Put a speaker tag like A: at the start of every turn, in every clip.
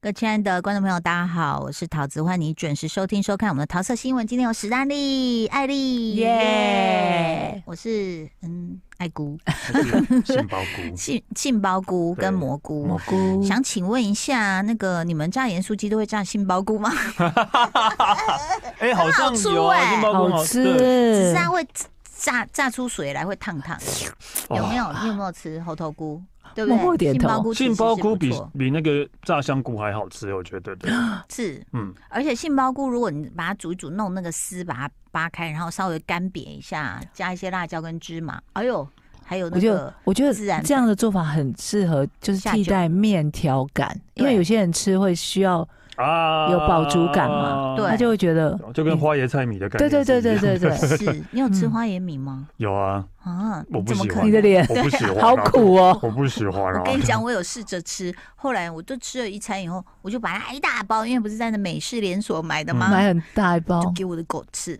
A: 各位亲爱的观众朋友，大家好，我是桃子，欢迎你准时收听收看我们的桃色新闻。今天有史丹利、艾丽，
B: 耶
A: 我是嗯爱 菇、
C: 杏鲍菇
A: 杏杏鲍菇跟
C: 对
A: 蘑菇。
C: 蘑
B: 菇
A: 想请问一下，那个你们炸盐酥鸡都会炸杏鲍菇吗？
C: 哎、好像有啊，
A: 很好吃哎
C: 杏鲍
B: 好
C: 菇对
A: 只
B: 吃
A: 是它会炸炸出水来，会烫烫。哎有没
C: 哦
A: 有？你有没有吃猴头菇？对不
B: 默默
A: 对？
B: 点头
A: 杏鲍菇其实
C: 杏
A: 是
C: 鲍菇
A: 不
C: 比
A: 错
C: 比那个炸香菇还好吃，我觉得对，
A: 是，
C: 嗯，
A: 而且杏鲍菇如果你把它煮一煮，弄那个丝把它扒开，然后稍微干瘪一下，加一些辣椒跟芝麻。哎呦，还有
B: 我
A: 那
B: 觉
A: 个
B: 得，我觉得
A: 自然粉
B: 这样的做法很适合，就是
A: 下
B: 替
A: 酒
B: 代面条感，因为
A: 对
B: 有些人吃会需要，
C: 啊，
B: 有饱足感嘛
A: 对
B: 他就会觉得
C: 就跟花椰菜米的感觉
B: 对对 对对
C: 是一样
B: 对 对，
A: 是，你有吃
B: 嗯
A: 花椰米吗？
C: 有啊，
A: 啊，
C: 我
A: 你
C: 不
A: 怎么
C: 喜
A: 可
C: 欢
B: 你
A: 能
B: 的脸
C: 我不喜欢，啊
B: 好苦哦。
C: 我不喜欢
A: 我
C: 啊，
A: 跟你讲，我有试着吃，后来我就吃了一餐以后，我就把它一大包，因为不是在那美式连锁买的吗？
B: 嗯买很大一包，
A: 就给我的狗吃。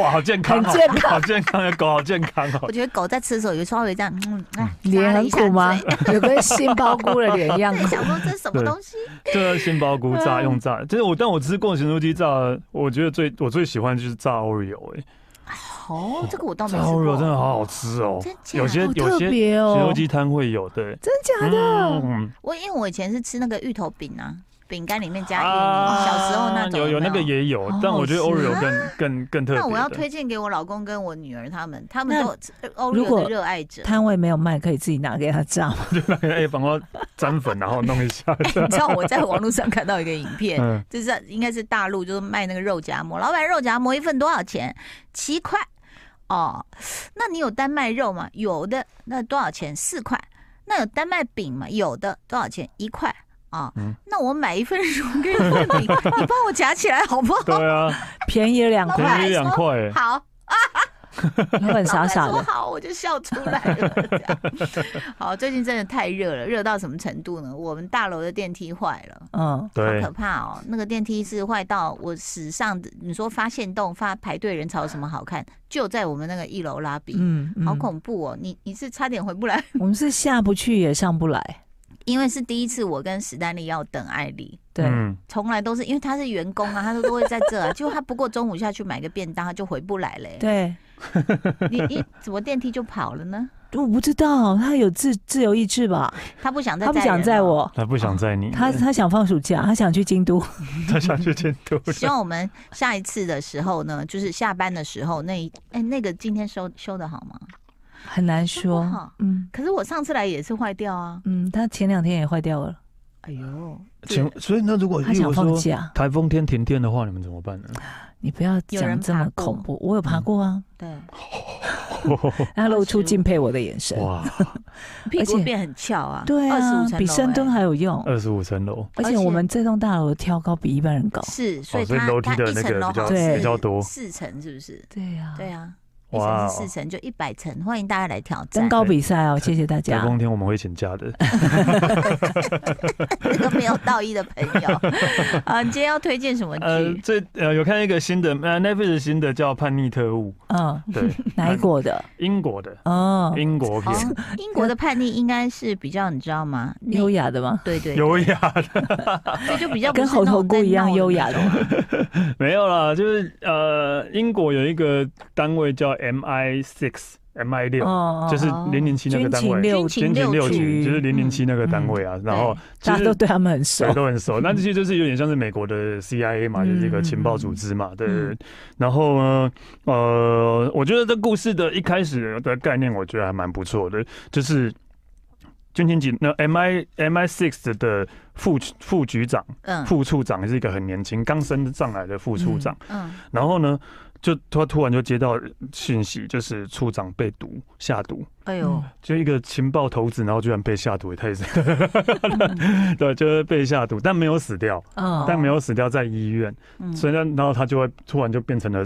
C: 哇，好健康、哦，
B: 很健康
C: 好健康的狗，好健康哦
A: 我，觉得狗在吃的时候有稍微这样，嗯，哎，
B: 脸
A: 扎了
B: 很
A: 一下
B: 苦吗
A: 嘴？
B: 有跟杏鲍菇的脸一样
A: 对，
B: 苦。
A: 想说这是什么东西？
C: 这杏鲍菇
B: 嗯
C: 炸用炸，就是我，但我吃过咸酥鸡炸，我觉得最我最喜欢就是炸 Oreo，哎、
A: 哦，这个我倒没
C: 炸
A: 吃
C: Oreo 真的
A: 过。
C: 好好吃哦
A: 真，假
C: 有些
B: 好
C: 有
B: 特
C: 些咸
B: 别哦
C: 酥，鸡摊会有，对，
B: 真假的？
C: 嗯
A: 我因为我以前是吃那个芋头饼啊，饼干里面加芋泥，
C: 啊，
A: 小时候那种
C: 有
A: 有
C: 有那个
A: 没有。
C: 也有
B: 好好，
C: 但我觉得
B: 吃
C: Oreo 更更更特别的。
A: 那我要推荐给我老公跟我女儿他们，他们
B: 那
A: 都是
B: 如
A: Oreo
B: 果
A: 的热爱者。
B: 摊位没有卖，可以自己拿给他炸吗？
C: 那个 哎，帮我沾粉，然后弄一下。
A: 你知道我在网络上看到一个影片，
C: 嗯，
A: 就是应该是大陆就是卖那个肉夹馍，老板肉夹馍一份多少钱？七块。哦，那你有丹麦肉吗？有的，那多少钱？四块。那有丹麦饼吗？有的，多少钱？一块。啊、
C: 嗯
A: 那我买一份 肉跟一份饼，你帮我夹起来好不好？
C: 对啊，
B: 便宜了 两块，
C: 便宜两块哎。
A: 好，
B: 老板傻傻
A: 老板
B: 的。
A: 说好，我就笑出来了。这 样好，最近真的太热了，热到什么程度呢？我们大楼的电梯坏了。
B: 嗯，
C: 对
A: 好可，怕哦！那个电梯是坏到我史上的，你说发现洞发排队人潮有什么好看？就在我们那个一楼拉比，
B: 嗯，嗯
A: 好恐怖哦！你你是差点回不来，
B: 我们是下不去也上不来，
A: 因为是第一次我跟史丹利要等艾丽，
B: 对，
C: 嗯，
A: 从来都是因为他是员工啊，他都都会在这啊，结 果他不过中午下去买个便当他就回不来嘞、
B: 对，
A: 你你怎么电梯就跑了呢？
B: 我不知道他有自自由意志吧？
A: 他不想再
B: 他不
A: 载
B: 想
A: 人嗯
B: 载
A: 了
B: 我，
C: 他不想载你，
B: 哦他他想放暑假，他想去京都。
C: 他想去监督。
A: 希望我们下一次的时候呢， 就是下班的时候那一哎、那个今天收收的好吗？
B: 很难
A: 真的
B: 说
A: 哈。
B: 嗯
A: 可是我上次来也是坏掉啊。
B: 嗯，他前两天也坏掉了，
A: 哎呦，
C: 请问，所以那如果
B: 他
C: 例
B: 想
C: 如
B: 放
C: 说
B: 假。
C: 台风天停电的话，你们怎 么办呢？
B: 你不要
A: 有人
B: 讲这
A: 爬
B: 么
A: 过
B: 恐怖，我有
C: 嗯
B: 爬过啊。
A: 对，
B: 他露出
A: 25
B: 敬佩我的眼神。
C: 哦哇，
A: 屁
B: 而
A: 股
B: 且
A: 变很翘啊，
B: 对
A: 二十
B: 啊
A: 五层，
B: 比
A: 楼
B: 深
A: 哎
B: 蹲还有用。
C: 二十五层 楼，
A: 而
B: 而且
A: 且
B: 我们这栋大楼的挑高比一般人高。
A: 是，所以
C: 哦所以
A: 它
C: 楼梯
A: 它
C: 的
A: 一
C: 那
A: 层
C: 个
A: 楼
C: 比较
A: 好像是
B: 比
C: 较多
A: 四层是不是？
B: 对呀
A: 对啊，一
C: 哇
A: 层
C: 哦
A: 是四层，就一百层，欢迎大家来挑战
B: 登。高比赛哦，谢谢大
C: 台
B: 家。
C: 风天我们会请假 的。
A: 那个没有道义的朋 友啊，你今天要推荐什么
C: 呃，
A: 剧？
C: 最呃有看一个新的，呃，Netflix 新的叫《叛逆特务
B: 嗯，》，
C: 对，
B: 哪一国的？
C: 英国的
B: 哦，
C: 英国
A: 哦
C: 片，，
A: 英国的叛逆应该是比较，你知道吗？那
B: 优雅的吗？
A: 对对，
C: 优雅
A: 所以就比较
B: 跟
A: 不是那
B: 猴
A: 种
B: 头菇
A: 在
B: 一样
A: 闹
B: 优
A: 那
B: 雅的
A: 种
B: 吗？
C: 没有啦，就是呃，英国有一个单位叫 MI six、MI 六，
B: 哦
C: 就是零零七那个单
B: 军情
C: 位，
B: 六
C: 军情六
B: 局
C: 局就是零零七那个单位啊。然后其
B: 大家
C: 实
B: 都对他们很熟
C: 对。都 很熟，那这些就是有点像是美国的 CIA 嘛，
B: 嗯
C: 就是一个情报组织嘛，对对。对然后呢，呃，我觉得这故事的一开始的概念，我觉得还蛮不错的，就是。军情局那 M I M I six 的副副局长、
A: 嗯
C: 副处长是一个很年轻、刚升上来的副处长，
A: 嗯，
C: 然后呢，就他突然就接到讯息，就是处长被毒下毒，
A: 哎呦，
C: 就一个情报头子，然后居然被下毒，也太神
A: 嗯
C: 了 对，就是被下毒，但没有死掉，
B: 嗯，
C: 但没有死掉在医院，
A: 哦嗯
C: 所以呢，然后他就会突然就变成了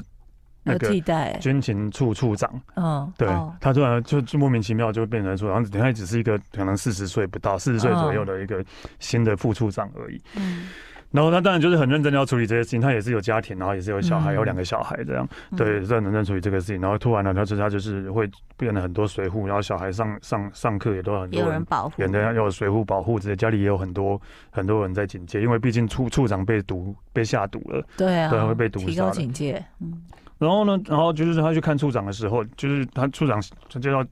C: 那
B: 有
C: 个
B: 替代。
C: 军情处处长，
B: 嗯，
C: 对
A: 哦
C: 他突然就就莫名其妙就变成处长，然后他只是一个可能四十岁不到四十岁左右的一个新的副处长而已。
A: 嗯
C: 然后他当然就是很认真地要处理这些事情，他也是有家庭，然后也是有小孩，
B: 嗯
C: 有两个小孩这样，
A: 嗯
C: 对，是很认真处理这个事情。然后突然呢，他就是他就是会变得很多随护，然后小孩上上上课也都很
A: 也有
C: 多
A: 人
C: 人。
A: 保护
C: 也。要有随护保护之类，家里也有很多很多人在警戒，因为毕竟处处长被毒被下毒了，
B: 对啊，
C: 对会被毒
B: 提
C: 杀
B: 高
C: 的
B: 警戒，
A: 嗯
C: 然后呢，然后就是他去看处长的时候，就是他处长他接到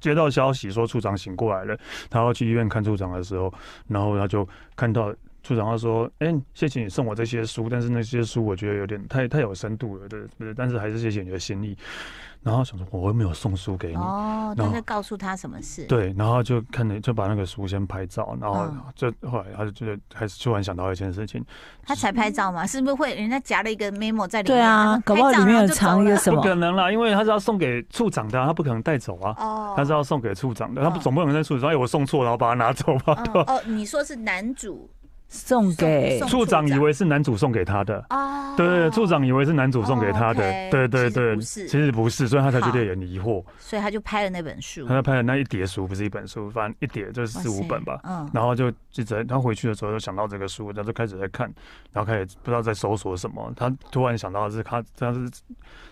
C: 接到消息说处长醒过来了，他要去医院看处长的时候，然后他就看到处长他说：“哎、谢谢你送我这些书，但是那些书我觉得有点太太有深度了，对对，但是还是谢谢你的心意。”然后想说我又没有送书给你。
A: 哦，
C: 然
A: 他
C: 后
A: 在告诉他什么事？，
C: 对，然后就看着就把那个书先拍照，然后
B: 哦
C: 就后来他就觉得还是突然想到一件事情，
A: 他才拍照嘛，是不是会人家夹了一个 memo 在里面？
B: 对啊，
A: 他说
B: 搞不好
A: 拍照
B: 里
A: 然
B: 面
A: 后
B: 有
A: 就走
B: 藏一个
A: 了
B: 什
C: 不
B: 么，
C: 可能啦，因为他是要送给处长的啊、他不可能带走啊。
A: 哦，嗯
C: 他是要送给处长的，
B: 哦
C: 他不总不能在处长说，哎，我送错，然后把它拿走吧，对
A: 哦
C: 吧？
A: 哦，你说是男主
B: 送给
A: 送
C: 处长以为是男主送给他的，
A: 哦，
C: 对，处，长以为是男主送给他的
A: 哦，OK，，
C: 对对
A: 其实
C: 对，
A: 不是
C: 其实不是，所以他才觉
A: 好
C: 得有点疑惑。
A: 所以他就拍了那本书，
C: 他拍的那一叠书不是一本书，反正一叠就是四
A: 哇
C: 五
A: 塞
C: 本吧。
A: 嗯，
C: 然后就记着，他回去的时候就想到这个书，他就开始在看，然后开始不知道在搜索什么。他突然想到的是他，他是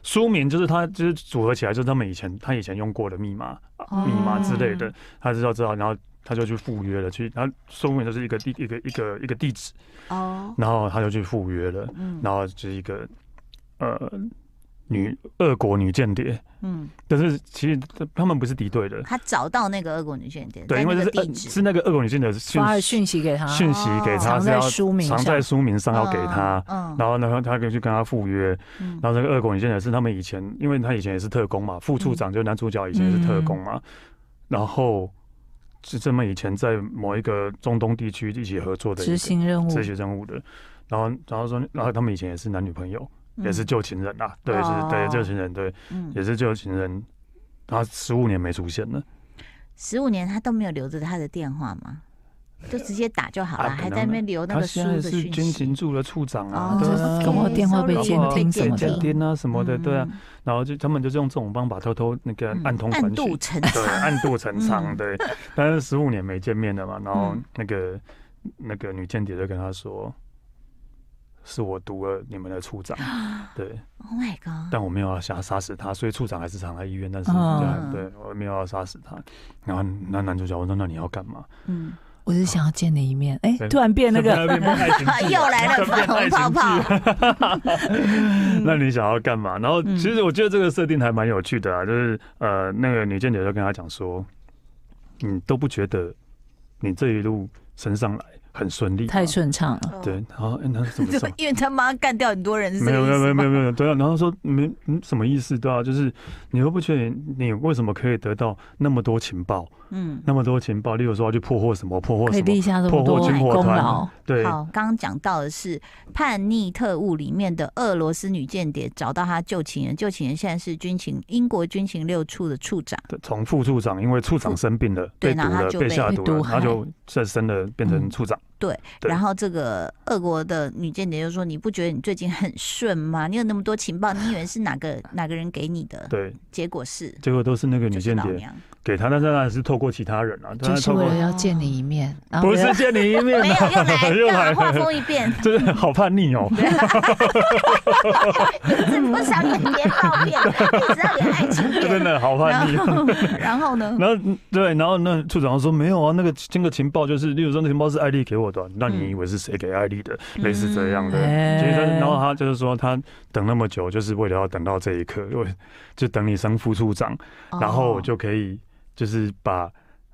C: 书名就是他就是组合起来就是他们以前他以前用过的密码、啊密码之类
A: 哦
C: 的，他知道知道，然后他就去赴约了，去然后书名就是一个地一个一个一个地址，
A: 哦，
C: 然后他就去赴约了，
A: 嗯
C: 然后就是一个呃女俄国女间谍，
A: 嗯，
C: 但是其实他们不是敌对的，
A: 他找到那个俄国女间谍，
C: 对，
A: 在
C: 因为
A: 那
C: 这
A: 个
C: 是
A: 地
C: 呃
A: 址
C: 是那个俄国女间谍讯
B: 发了
C: 息
B: 讯息给他，
C: 讯息
A: 哦
C: 给他
B: 藏
C: 是
B: 在
C: 要
B: 书名
C: 藏
B: 上，
C: 在书名上要给他。
A: 嗯，
C: 然后呢，他可以去跟他赴约，
A: 嗯
C: 然后这个恶狗女间谍是他们以前，因为他以前也是特工嘛，副处
A: 嗯
C: 长就是男主角以前是特工嘛，然后是他们以前在某一个中东地区一起合作的一个
B: 执行任务，
C: 这些任务的，然后然后说，然后他们以前也是男女朋友，也是旧情人啊，对，是
A: 嗯哦
C: 对旧情人，对，
A: 嗯，
C: 也是旧情人，他十五年没出现了，
A: 十五年他都没有留着他的电话吗？就直接打就好了，
C: 啊可
A: 还
C: 能
A: 在那边留那
C: 他
A: 个书
C: 现在
A: 的
C: 是
A: 讯
C: 军
A: 息。
C: 情处的处长啊
A: 哦，
C: 对
A: ，OK，
C: 啊，
B: 搞不好电话被
A: sorry，
B: 监听什么
A: 被
B: 的
A: 监，
C: 钉啊什么的，对啊
A: 嗯，，
C: 然后就他们就是用这种方法偷偷那个
A: 嗯
C: 暗通
A: 暗
C: 款曲
A: 度。陈
C: 对，
A: 仓。
C: 暗度陈仓，
A: 嗯
C: 对。但是十五年没见面了嘛，然后
A: 嗯
C: 那个那个女间谍就跟他说：“是我毒了你们的 处长，对，
A: Oh my god！
C: 但我没有要想杀死他，所以处长还是藏在医院，但是
A: 哦
B: 嗯
C: 对我没有要杀死他。”然后那男主角我说：“那你要干嘛
A: 嗯，
B: 我只想要见你一面，哎，
C: 对
B: 突然？”变那个，
C: 变变爱情 剧啊
A: 啊又来了
C: 变
A: 粉红
C: 爱情
A: 泡
C: 剧啊
A: 泡
C: 那你想要干嘛？然后其实我觉得这个设定还蛮有趣的啊，就是呃，那个女间谍就跟他讲说，你都不觉得你这一路升上来很顺利吗，
B: 太顺畅了，
C: 对，然后哎，那是怎 么
A: 就？
C: 上
A: 因为他妈干掉很多人，是
C: 没有没有没有没有
A: 有，
C: 没有，对啊，然后说没嗯什么意思对啊，就是你又不确定你为什么可以得到那么多情报，
A: 嗯，
C: 那么多情报，例如说要去破获什么破获
B: 可以
C: 什
B: 立
C: 么，
B: 下这么多
C: 破获军火团
B: 功劳，
C: 对，
A: 好，刚刚讲到的是《叛逆特务》里面的俄罗斯女间谍找到她旧情人，旧情人现在是军情英国军情六处的处长，
C: 对从副处长因为处长生病了，
A: 对
C: 被毒
A: 然后他
C: 了，
A: 就
C: 被
A: 被
C: 下
B: 被
C: 毒
B: 毒
C: 了，
B: 害
C: 他就再升了变成处长，
A: 对，
C: 对
A: 然后这个俄国的女间谍就说：“你不觉得你最近很顺吗？你有那么多情报，你以为是哪 个哪个人给你的？
C: 对，
A: 结果是
C: 结果都是那个女
A: 就是
C: 间
A: 老
C: 谍
A: 娘，
C: 给他，但是当然是透过其他人啊，当
B: 就
C: 然
B: 是
C: 透
B: 为
C: 过
B: 了要见你一面，然后
C: 不 是见你一面
A: 没有又来，
C: 啊，
A: 又来，画
C: 了，
A: 风一 变，
C: 真的好叛 逆哦。
A: 是不想你别抱怨，一直要演爱情
C: 真
A: 片。
C: 的好叛逆
A: 然
C: 哦。
A: 后， 然后呢？
C: 然后嗯对，然后那处长说没有啊，那个这个情报就是，例如说那情报是艾丽给我的啊，那
A: 嗯
C: 你以为是谁给艾丽的？类似这样的。
B: 哎
C: 其实他，然后他就是说，他等那么久，就是为了要等到这一刻，因为就等你升副处长，然后我
A: 哦
C: 就可以就是把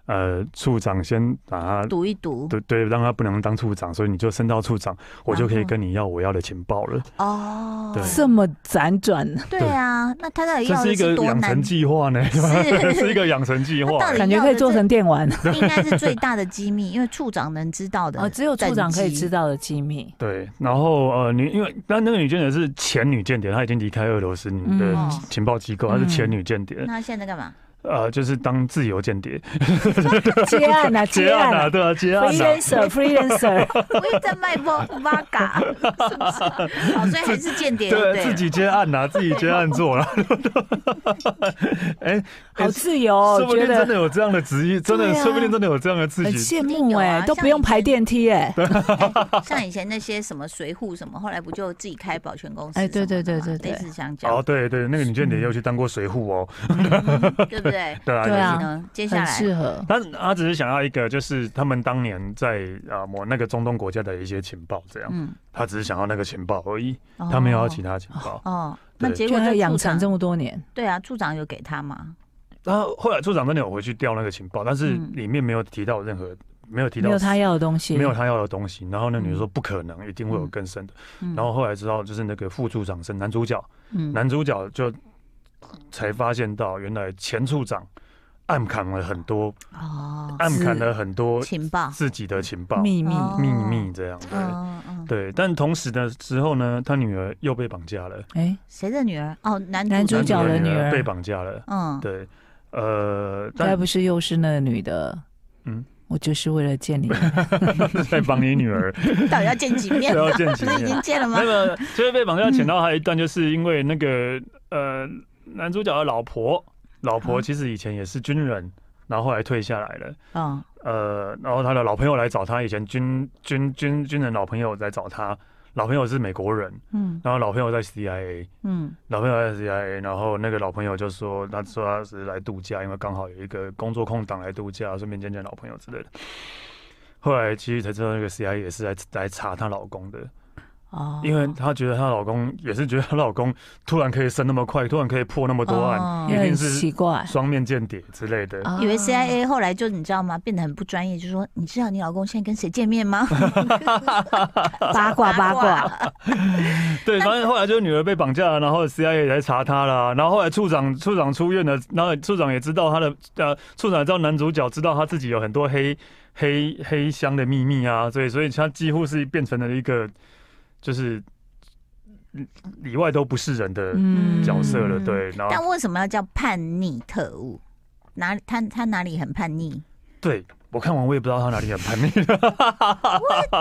C: 呃处长先把他
A: 读一读
C: 对对，让他不能当处长，所以你就升到处长，我就可以
A: 然后
C: 跟你要我要的情报了。
A: 哦，
C: 对
B: 这么辗转，
A: 对啊，那他到底
C: 这
A: 要
C: 是
A: 的
C: 一个
A: 多
C: 养
A: 难
C: 成？计划呢，
A: 是
C: 是一个养成计划。
A: 那到底
B: 感觉可以做成电玩
A: 应该是最大的机密，因为处长能知道的
B: 哦，只有处长可以知
A: 道。
B: 道的机 密，
C: 对，然后呃，女因为那那个女间谍是前女间谍，她已经离开俄罗斯你的
B: 嗯
C: 情报机构，她是前女间谍。
A: 嗯那他现在在干嘛？
C: 呃，就是当自由间谍，
B: 接案啊，
C: 结案啊，
B: 啊
C: 对啊，结案啊，
B: ，freelancer，freelancer，
A: 我也在卖 vodka，是不是？好，所以还是间谍，对
C: 对，
A: 了
C: 自己接案啊呐，自己接案做啊了。哎，
B: 好自由哦，
C: 说不
B: 觉
C: 定真的
B: 得
C: 有这样的职业，真的，
B: 对啊
C: 说不定真的有这样的自
B: 很
C: 己。
B: 羡
A: 一定
B: 慕
A: 有
B: 哎、
A: 啊
B: 都
A: 像
B: 不用
A: 以
B: 排
A: 前
B: 电梯哎、
A: 像以前那些什么水户什么，后来不就自己开保全公司什么
B: 哎
A: 的
B: 对
A: 嘛？
B: 对对对对
A: 类似像这
C: 哦，
A: 样，
C: 对对，那个女间谍也有去当过水户哦，
A: 嗯对不 对？
C: 对啊，
B: 对啊
A: 所以呢，接下
B: 很
A: 来
B: 适合。
C: 但他只是想要一个，就是他们当年在啊某那个中东国家的一些情报，这样，
A: 嗯，
C: 他只是想要那个情报而已，他没有要其他情报。
A: 哦，那
C: 对
A: 结
B: 就
A: 果
B: 他
A: 这
B: 养
A: 处
B: 成
A: 长
B: 这么多年，
A: 对啊，处长有给他吗？
C: 然后后来处长真的有回去调那个情报，但是
A: 嗯
C: 里面没有提到任何，没有提
B: 没
C: 到
B: 有他要的东西，
C: 没有他要的东西。然后那女的说不可能，一定会有更深的。
A: 嗯
C: 然后后来知道就是那个副处长是男主角，
A: 嗯
C: 男主角就才发现到原来前处长暗砍了很多，
A: 哦，
C: 暗砍了很多
A: 情报
C: 自己的情报
B: 秘密。
A: 哦
C: 秘密这样对。
A: 嗯嗯，
C: 对，但同时的时候呢，他女儿又被绑架了，
B: 哎、
A: 谁的女儿？哦，男
B: 男
A: 主
B: 主角的
A: 的
B: 女儿
C: 被绑架了。
A: 嗯，
C: 对，呃，
B: 该
C: 但
B: 不是又是那女的？
C: 嗯
B: 嗯，我就是为了见你。
C: 在绑你女儿，
A: 到底要见几面
C: 不
A: 啊？
C: 要见
A: 不
C: 几
A: 是已
C: 面
A: 经。见了吗
C: 那？个就是被绑架前到还有一段，就是因为那个呃男主角的老婆，老婆其实以前也是军人，然后后来退下来了。
A: 嗯，
C: 呃，然后他的老朋友来找他，以前军军军军人老朋友来找他，老朋友是美国人，
A: 嗯
C: 然后老朋友在 CIA，
A: 嗯
C: 老朋友在 CIA，然后那个老朋友就说，他说他是来度假，因为刚好有一个工作空档来度假，顺便见见老朋友之类的。后来其实才知道，那个 CIA 也是来来查她老公的，
A: 哦，
C: 因为她觉得她老公也是觉得她老公突然可以升那么快，突然可以破那么多案，
A: 哦
C: 一定
B: 很
C: 是
B: 奇怪，
C: 双面间谍之类的。
A: 以为 CIA 后来就你知道吗？变得很不专业，就说你知道你老公现在跟谁见面吗？
C: 啊
B: 八卦八卦，
C: 对，反正后来就是女儿被绑架了，然后 CIA 也来查她了，然后后来处长处长出院了，然后处长也知道他的呃，处长也知道男主角知道他自己有很多黑黑黑箱的秘密啊，所以所以他几乎是变成了一个就是嗯里外都不是人的
B: 嗯，
C: 角色了，
A: 嗯
C: 对，然后
A: 但为什么要叫叛逆特务？哪里他他哪里很叛逆？
C: 对。我看完我也不知道他哪里很叛逆，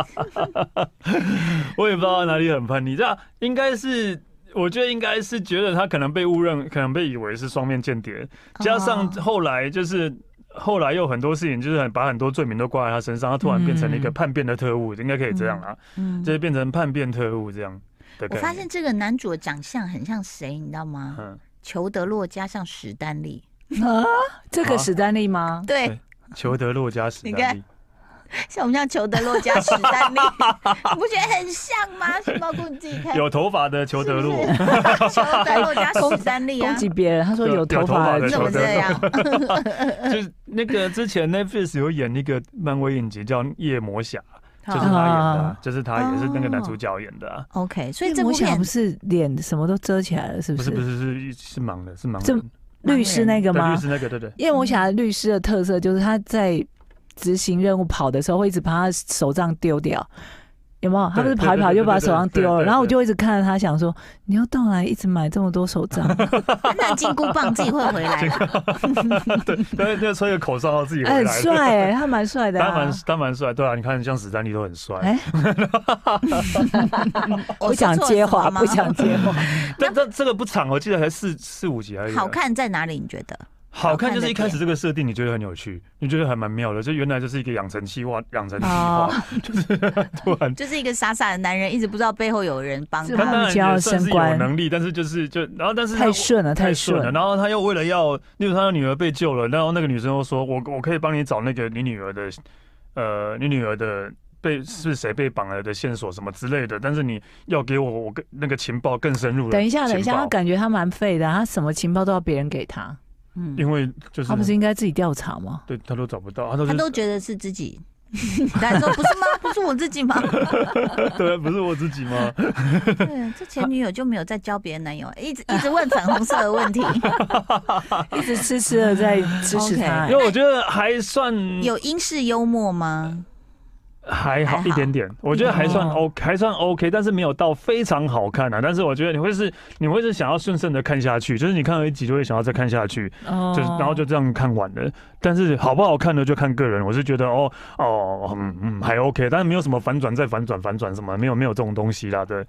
C: 我也不知道他哪里很叛逆。这样应该是，我觉得应该是觉得他可能被误认，可能被以为是双面间谍，加上
A: 哦
C: 后来就是后来有很多事情，就是把很多罪名都挂在他身上，他突然变成了一个
B: 嗯
C: 叛变的特务，应该可以这样啊，
A: 嗯
C: 就是变成叛变特务这样的
A: 我
C: 概念。
A: 发现这个男主的长相很像谁，你知道吗？
C: 嗯，
A: 裘德洛加上史丹利，
B: 啊，这个史丹利吗？
A: 对
C: 对，裘德洛加史丹利，
A: 像我们像裘德洛加史 丹利，你不觉得很像吗？熊猫菇，你自己看，
C: 有头发的裘德洛，
A: 裘德洛加史丹利 啊
B: 攻，击别人，他说
C: 有
B: 有
C: 有
B: 头
C: 头
B: 发
C: 发
B: 的
C: 的
A: 怎
B: 球
A: 么
C: 裘德
A: 这
B: 队
A: 样？
C: 就是那个之前 Netflix 有演那个漫威影集叫《夜魔侠》，就是他演
A: 好
B: 啊
C: 的啊，就是他也是那个男主角演的啊，
A: OK，所以
B: 对，
A: 这部
B: 哎我想
A: 片
B: 不是脸什么都遮起来了，是
C: 不
B: 不
C: 是
B: 是？
C: 不是是是盲的，是盲
B: 这
C: 人，
B: 律师那个
C: 对，
B: 吗
C: 就是？那个对对。
B: 因为我想律师的特色就是他在执行任务跑的时候，会一直把他手杖丢掉，有没有？他不是跑一跑就把手杖丢了，然后我就一直看着他，想说你又到来一直买这么多手 杖，
A: 那金箍棒自己会回来的，
C: 对，就吹个口哨然后自己回
B: 哎，
C: 来
B: 很
C: 了。
B: 帅哎，他蛮帅的
C: 他
B: 啊
C: 蛮。他蛮帅，对啊，你看像史丹利都很帅，
B: 哎，不想接话，不想接话。
C: 但但这个不长，我记得才四四五集而已啊。
A: 好看在哪里？你觉得？
C: 好
A: 好看
C: 看就是
A: 的
C: 一开始这个设定，你觉得很有趣，你觉得还蛮妙的，就原来就是一个养成计划，养成计划，
B: 哦
C: 就是突然。
A: 就是一个傻傻的男人，一直不知道背后有人帮
B: 是
C: 他
A: 他
B: 吗。
C: 当然也算
B: 比
C: 是
B: 较升官
C: 有能力，但是就是就然后但是 他
B: 太顺了，
C: 太
B: 顺
C: 顺了，
B: 了。
C: 然后他又为了要，例如他的女儿被救了，然后那个女生又说，我我可以帮你找那个你女儿的，呃，你女儿的被是谁被绑了的线索什么之类的，但是你要给我我跟那个情报更深入的情报。
B: 等一下，等一下，他感觉他蛮废的，他什么情报都要别人给他，
A: 嗯，
C: 因为就是
B: 他不是应该自己调查 吗？
C: 对他都找不到，他都
A: 他
C: 是
A: 都觉得是自己。 他说：“不是吗？不是我自己吗
C: 对，不是我自己 吗？？”
A: 对，啊这前女友就没有再交别的男友，一直一直问粉红色的问 题，
B: 一直痴痴的在支持他哎
C: 因，为我觉得还算
A: 有英式幽默吗？
C: 还好
A: 还好
C: 一点点，我觉得还算
B: 哦
C: OK，还算 OK，但是没有到非常好看啊。但是我觉得你会是你会是想要顺顺的看下去，就是你看了一集就会想要再看下去，
B: 哦
C: 就是然后就这样看完了。但是好不好看呢，就看个人。我是觉得哦哦嗯嗯还 OK，但是没有什么反转再反转反转什么，没有没有这种东西啦。对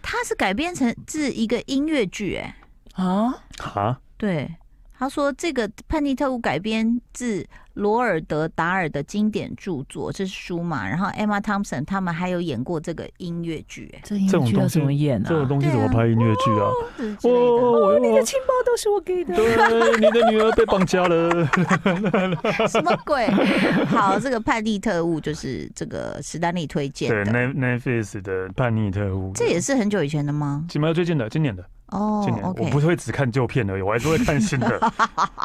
A: 它是改编成自一个音乐剧，哎，
B: 啊，
C: 啊，
A: 对，他说这个《叛逆特务》改编自罗尔德·达尔的经典著作，这是书嘛？然后 Emma Thompson 他们还有演过这个音乐剧，哎，
B: 这音乐剧要怎么演啊？
C: 这种东西怎么
A: 对啊
C: 拍音乐剧啊？
A: 这之
C: 哦，
A: 类的
C: 我
B: 你的情报都是我给 的。
C: 对，你的女儿被绑架了。
A: 什么鬼？好，这个《叛逆特务》就是这个史丹利推荐
C: 对
A: 的，
C: ，Net Netflix 的叛逆特务，
A: 这也是很久以前的吗？
C: 起码最近的，今年的，
A: 哦
C: 今年的我
A: ，OK，
C: 不会只看旧片而已，我还是会看新的。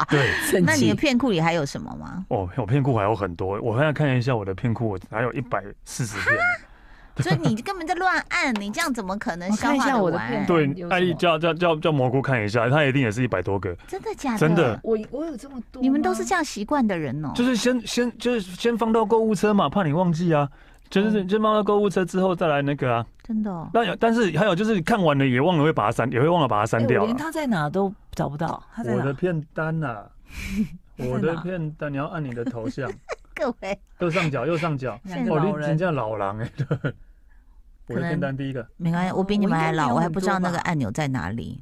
C: 对，
B: 趁
A: 那你
B: 机
A: 的片库里还有什么吗？
C: 哦，我片库还有很多，我现在看一下我的片库，我还有一百四十片。
A: 所以你根本在乱按，你这样怎么可能
B: 我
A: 消
B: 看一
A: 化
B: 下
A: 得
B: 我的
A: 完
B: 片？
C: 对
B: 有什，么
C: 艾丽叫叫叫叫蘑菇看一下，它一定也是一百多个。
A: 真的假的？
C: 真的，
B: 我我有这么多吗，
A: 你们都是这样习惯的人哦。
C: 就是先先就是先放到购物车嘛，怕你忘记啊。就是
A: 嗯
C: 先放到购物车之后再来那个啊。
A: 真的、哦，
C: 那有，但是还有就是看完了也忘了会把它删，也会忘了把它
B: 哎
C: 删
B: 我
C: 掉了
B: 连。他在哪都找不到，他在
C: 我的
B: 哪？
C: 片单呐、 啊，我
B: 在
C: 的
B: 哪
C: 片单你要按你的头像，
A: 各位
C: 右上角右上角。
B: 两个
C: 哦，
B: 老
C: 你真
B: 人。
C: 叫老狼哎、 对我的
A: 能
C: 片单第一个，
A: 没关系，我比你们还老，
B: 哦我应该没有
A: 我还不知道那个
B: 很多吧
A: 按钮在哪里，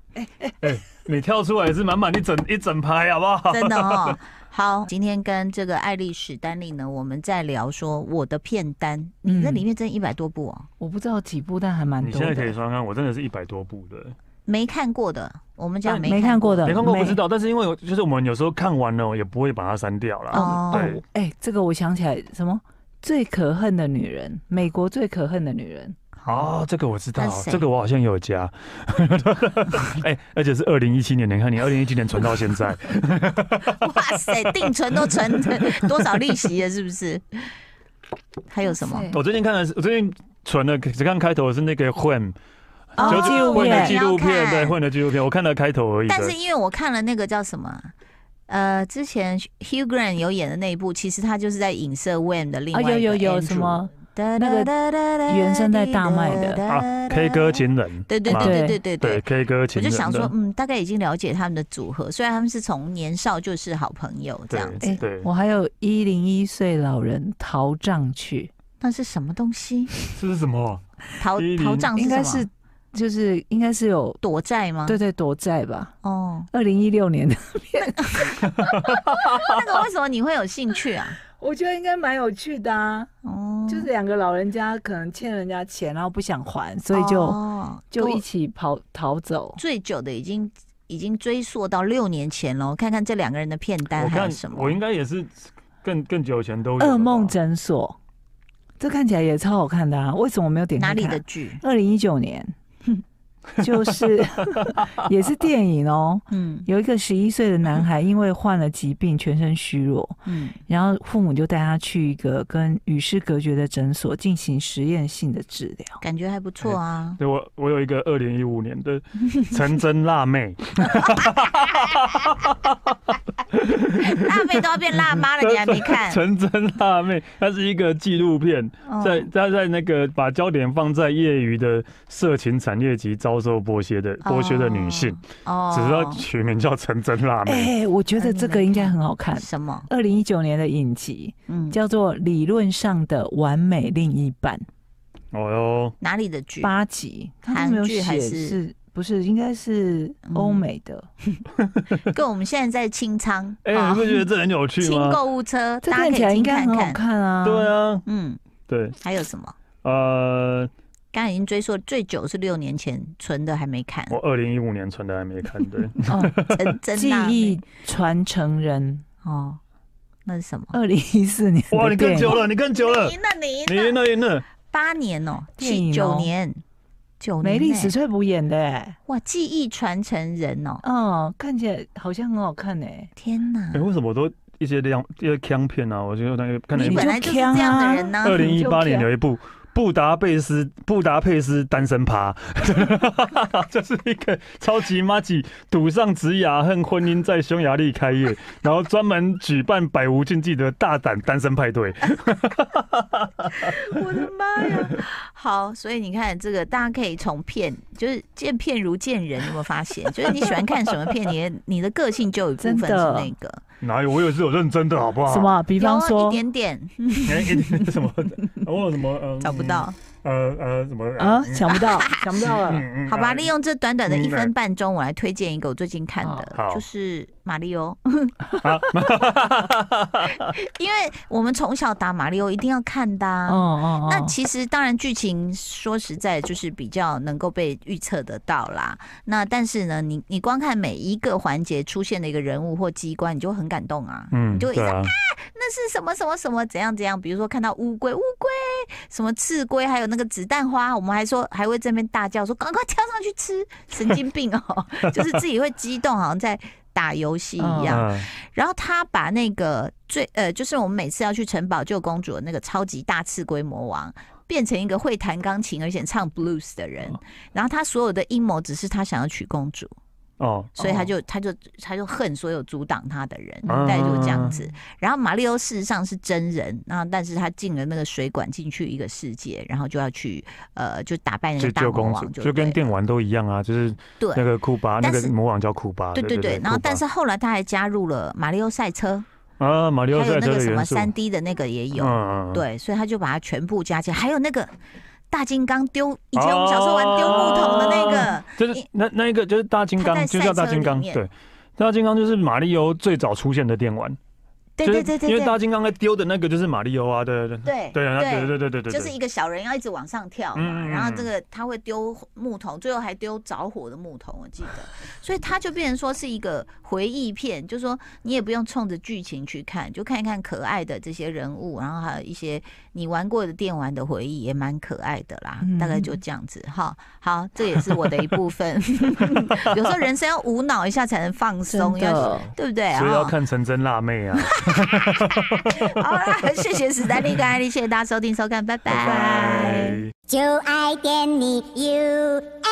C: 你跳出来也是满满一整一整排，好不好？
A: 真的哦。好，今天跟这个艾丽史丹利呢，我们在聊说我的片单，你那
B: 嗯
A: 里面真一百多部哦，
B: 我不知道几部，但还蛮
C: 你
B: 多
C: 现在可以
B: 的。
C: 说看，我真的是一百多部的，
A: 没看过的，我们讲
B: 哎
A: 看
B: 没看过的
C: 没看过
B: 没
C: 不知道，但是因为我就是我们有时候看完了也不会把它删掉啦。
A: 哦
C: 对
B: 哦，哎，这个我想起来，什么最可恨的女人？美国最可恨的女人。
C: 哦，这个我知道
A: 那是，谁
C: 这个我好像有加， 哎、而且是二零一七年，你看你二零一七年存到 现在，
A: 哇塞，定存都存 多少利息啊了，是不是？还有什么
B: 哇？塞
C: 我最近看的是，我最近存的只看开头是那个混，
A: 哦
C: 就是混的
B: 片
C: 纪
A: 你要
C: 录片，
A: 看
C: 对，混的纪录片，我看了开头而已的。
A: 但是因为我看了那个叫什么，呃，之前 Hugh Grant 有演的那一部，其实他就是在影射 Wham 的另
B: 啊，
A: 外一个
B: 有有有
A: Andrew
B: 什么？
A: 那
B: 那个原声带大卖的
C: 啊，K 歌情人，
A: 对对
C: 啊
A: 对对对
C: 对
A: 对。
C: K 歌
A: 我
C: 情
A: 就
C: 人的，
A: 想说，嗯，大概已经了解他们的组合，虽然他们是从年少就是好朋友这样子，
C: 对对，
B: 哎我还有一零一岁老人逃账去，
A: 那是什么东西？
C: 这是什么？
A: 逃
C: 一零
A: 逃账
B: 应该
A: 什么
B: 哦是啊就是应该是有
A: 躲债吗？
B: 对对躲债吧。
A: 哦，
B: 二零一六年的，
A: 那个为什么你会有兴趣 啊？
B: 我觉得应该蛮有趣的啊。
A: 哦，
B: 就是两个老人家可能欠人家钱，然后不想还，所以就、
A: 哦
B: 就
A: 跟我
B: 一起跑逃走。
A: 最久的已经已经追溯到六年前了，看看这两个人的片单
C: 我
A: 哎还
C: 看
A: 有什么？
C: 我应该也是更更久以前都有了哦吧
B: 噩梦诊所，这看起来也超好看的啊！为什么我没有点开
A: 哪
B: 看
A: 里的？剧？
B: 二零一九年，就是 也是电影哦。
A: 嗯
B: 有一个十一岁的男孩，因为患了疾病，全身虚弱，
A: 嗯，
B: 然后父母就带他去一个跟与世隔绝的诊所进行实验性的治疗。
A: 感觉还不错啊。
C: 对我，我有一个二零一五年 的陈真辣妹，
A: 辣妹都要变辣妈了，你还没 看？
C: 陈真辣妹，它是一个纪录片，
A: 哦
C: 在它在那个把焦点放在业余的色情产业及遭受剥削的剥削的女性，
A: 哦，
C: 只是它取名叫陈真辣妹。
B: 哎、我觉
A: 啊
B: 得
A: 你
B: 这个
A: 没
B: 应该
A: 看
B: 很好看。
A: 什么？
B: 二零一九年的影集，
A: 嗯，
B: 叫做《理论上的完美另一半
C: 哦哟，
A: 哪里的》剧？
B: 八集，它都
A: 韩
B: 没有
A: 剧
B: 写
A: 还是
B: 是不是应该是欧
A: 嗯
B: 美的？
A: 跟我们现在在清仓，
C: 哎，
A: 啊
C: 你不觉得这很有趣
A: 清
C: 吗？
A: 购物车，
B: 这
A: 大家
B: 看
A: 可
B: 起来
A: 以
B: 应
A: 进
B: 该
A: 看
B: 很好
A: 看。
B: 看啊！
C: 对，啊，
A: 嗯，
C: 对，
A: 还有什么？
C: 呃，
A: 刚才已经追溯最久是六年前存的，还没看。
C: 我二零一五年存的还没看， 对，
B: 哦，
A: 真真啊
B: 记
A: 辣妹
B: 忆传承人，
A: 哦，那是什么？
B: 二零一四年
C: 哇，
B: 的
C: 你更
B: 电影
C: 久了，你更久了
A: 你，赢了，你
C: 呃你
A: 赢
C: 赢
A: 了，
C: 了，赢了。
A: 八年哦，
B: 电
A: 七
B: 影
A: 九
B: 哦
A: 年，九年
B: 梅
A: 欸，
B: 丽史翠普演的、欸，
A: 哇，记忆传承人哦，
B: 哦，看起来好像很好看呢、
A: 天哪
C: 哎、！为什么我都一些亮一些枪片啊？我觉得那个看了一
A: 你
C: 部
B: 啊
A: 本，来就是这样的人呢、
C: 二零一八年有一部《布达佩斯布达佩斯单身趴， 这是一个超级妈吉赌上直牙恨婚姻在匈牙利开业， 然后专门举办百无禁忌的大胆单身派对。
A: 我的妈呀！ 好，所以你看这个，大家可以从片，就是见片如见人，有没有发现？就是你喜欢看什么片，你的你的个性就有一部分是
B: 真的
A: 那个，
C: 哪有我有是有认真的好不好？
B: 什么啊？比方
A: 有一
B: 说
A: 点点
C: 哎？什么？ 我有什么？呃
A: 找不到。啊
C: 呃呃什么？
B: 啊，
C: 嗯
B: 想不到，想不到了。
C: 嗯嗯
A: 好吧，利用这短短的
C: 嗯
A: 一分半钟，我来推荐一个我最近看的
C: 好，
A: 就是《马里欧》， 因为我们从小打马里欧一定要看的啊、
B: 哦哦
A: 那
B: 哦，
A: 其实当然剧情说实在就是比较能够被预测得到啦。那但是呢，你你光看每一个环节出现的一个人物或机关，你就很感动啊。
C: 嗯，
A: 你就一直
C: 对啊，
A: 那是什么什么什么怎样怎样？比如说看到乌龟、乌龟什么刺龟，还有那个子弹花，我们还说还会这边大叫说赶快跳上去吃，神经病哦， 就是自己会激动，好像在打游戏一样。
C: 嗯
A: 然后他把那个最呃，就是我们每次要去城堡救公主的那个超级大刺龟魔王，变成一个会弹钢琴而且唱 blues 的人。然后他所有的阴谋只是他想要娶公主，
C: 哦，
A: 所以他就他就他就恨所有阻挡他的人，
B: 啊
A: 大概就这样
B: 嗯
A: 子。然后马里奥事实上是真人，那但是他进了那个水管进去一个世界，然后就要去呃就打败那
C: 就
A: 个大
C: 救
A: 魔
C: 公主
A: 王，
C: 就跟
A: 对
C: 电玩都一样啊，就是
A: 对
C: 那个库巴，那
A: 但
C: 个
A: 是
C: 魔王叫库巴，
A: 对对
C: 对
A: 对。然后但是后来他还加入了马里奥赛车，
C: 库巴啊，马里奥
A: 还有
C: 赛
A: 那
C: 车
A: 个
C: 的
A: 什么
C: 元素，
A: 三 D 的那个也有。
C: 嗯，
A: 对，所以他就把它全部加起来，还有那个大金刚丢，以前我们小时候玩丢木桶的那个，
C: 就是那那一个就是大金
A: 他
C: 刚，
A: 在
C: 就叫大金刚，
A: 赛车里面
C: 对。大金刚就是马里欧最早出现的电玩，
A: 对
C: 就是
A: 对对对
C: 因为
A: 对
C: 大金刚在丢的那个就是马里欧啊，对对对，
A: 对
C: 对啊，对对对对对，对
A: 就是一个小人要一直往上跳嘛，
C: 嗯
A: 然后这个他会丢木桶，最后还丢着火的木桶，我记得，所以他就变成说是一个回忆片，就说你也不用冲着剧情去看，就看一看可爱的这些人物，然后还有一些你玩过的电玩的回忆，也蛮可爱的啦，
B: 嗯
A: 大概就这样子哈。好，这也是我的一部 分。有时候人生要无脑一下才能放松，
B: 真
A: 要
B: 的，
A: 对不对啊？
C: 所以要看成真辣妹啊，
A: 好啦，谢谢史丹利跟艾丽，谢谢大家收听收看，拜拜
C: 拜。
D: 就爱点你 UFO。